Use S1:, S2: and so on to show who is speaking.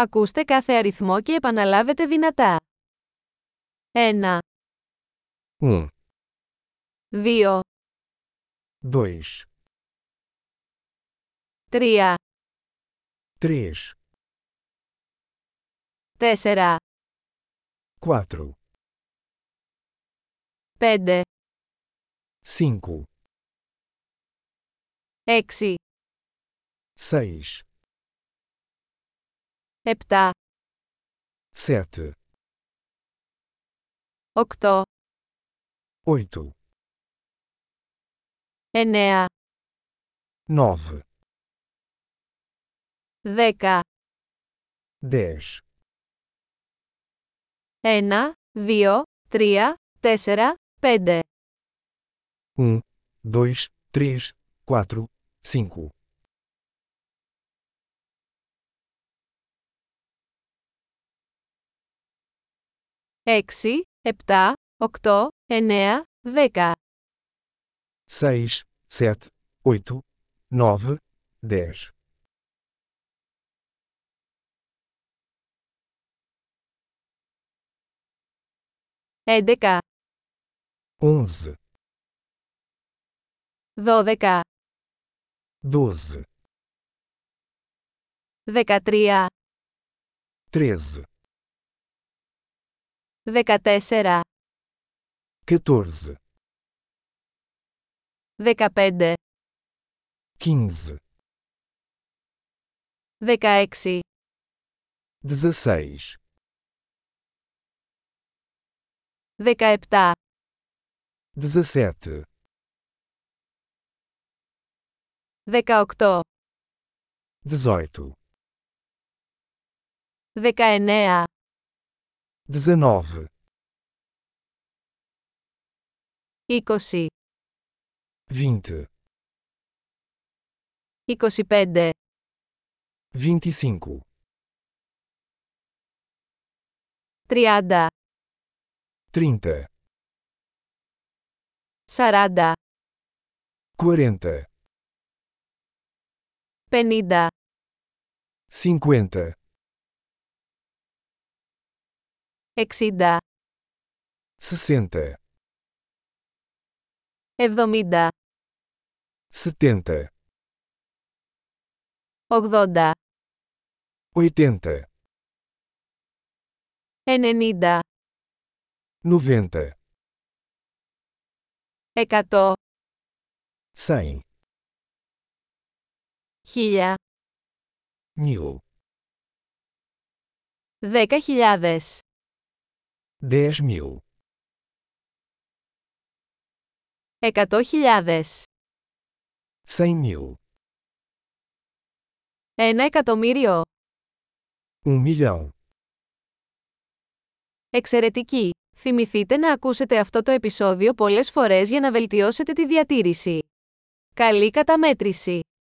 S1: Ακούστε κάθε αριθμό και επαναλάβετε δυνατά. 1,
S2: Um,
S1: 2,
S2: dois,
S1: 3,
S2: três,
S1: 4,
S2: quatro,
S1: 5,
S2: cinco,
S1: 6,
S2: seis,
S1: 7,
S2: sete,
S1: 8,
S2: oito,
S1: 9,
S2: nove,
S1: 10,
S2: dez,
S1: 1, 2, 3, 4, 5,
S2: um, dois, três, quatro, cinco,
S1: 6, 7, 8, 9, 10,
S2: seis, sete, oito, nove, dez,
S1: 11,
S2: onze,
S1: 12,
S2: doze,
S1: 13,
S2: treze,
S1: 14,
S2: quatorze,
S1: 15,
S2: quinze,
S1: 16,
S2: dezesseis,
S1: 17,
S2: dezessete,
S1: 18,
S2: dezoito,
S1: 19,
S2: dezenove,
S1: 20,
S2: vinte,
S1: 25,
S2: vinte e cinco,
S1: 30,
S2: trinta,
S1: 40,
S2: quarenta.
S1: 50,
S2: cinquenta,
S1: 60,
S2: sessenta,
S1: 70,
S2: setenta,
S1: 80,
S2: oitenta,
S1: 90,
S2: noventa,
S1: 100,
S2: cem,
S1: 1000,
S2: mil,
S1: 10.000,
S2: dez mil,
S1: 100.000,
S2: cem mil,
S1: 1 εκατομμύριο.
S2: um milhão.
S1: Εξαιρετική! Θυμηθείτε να ακούσετε αυτό το επεισόδιο πολλές φορές για να βελτιώσετε τη διατήρηση. Καλή καταμέτρηση!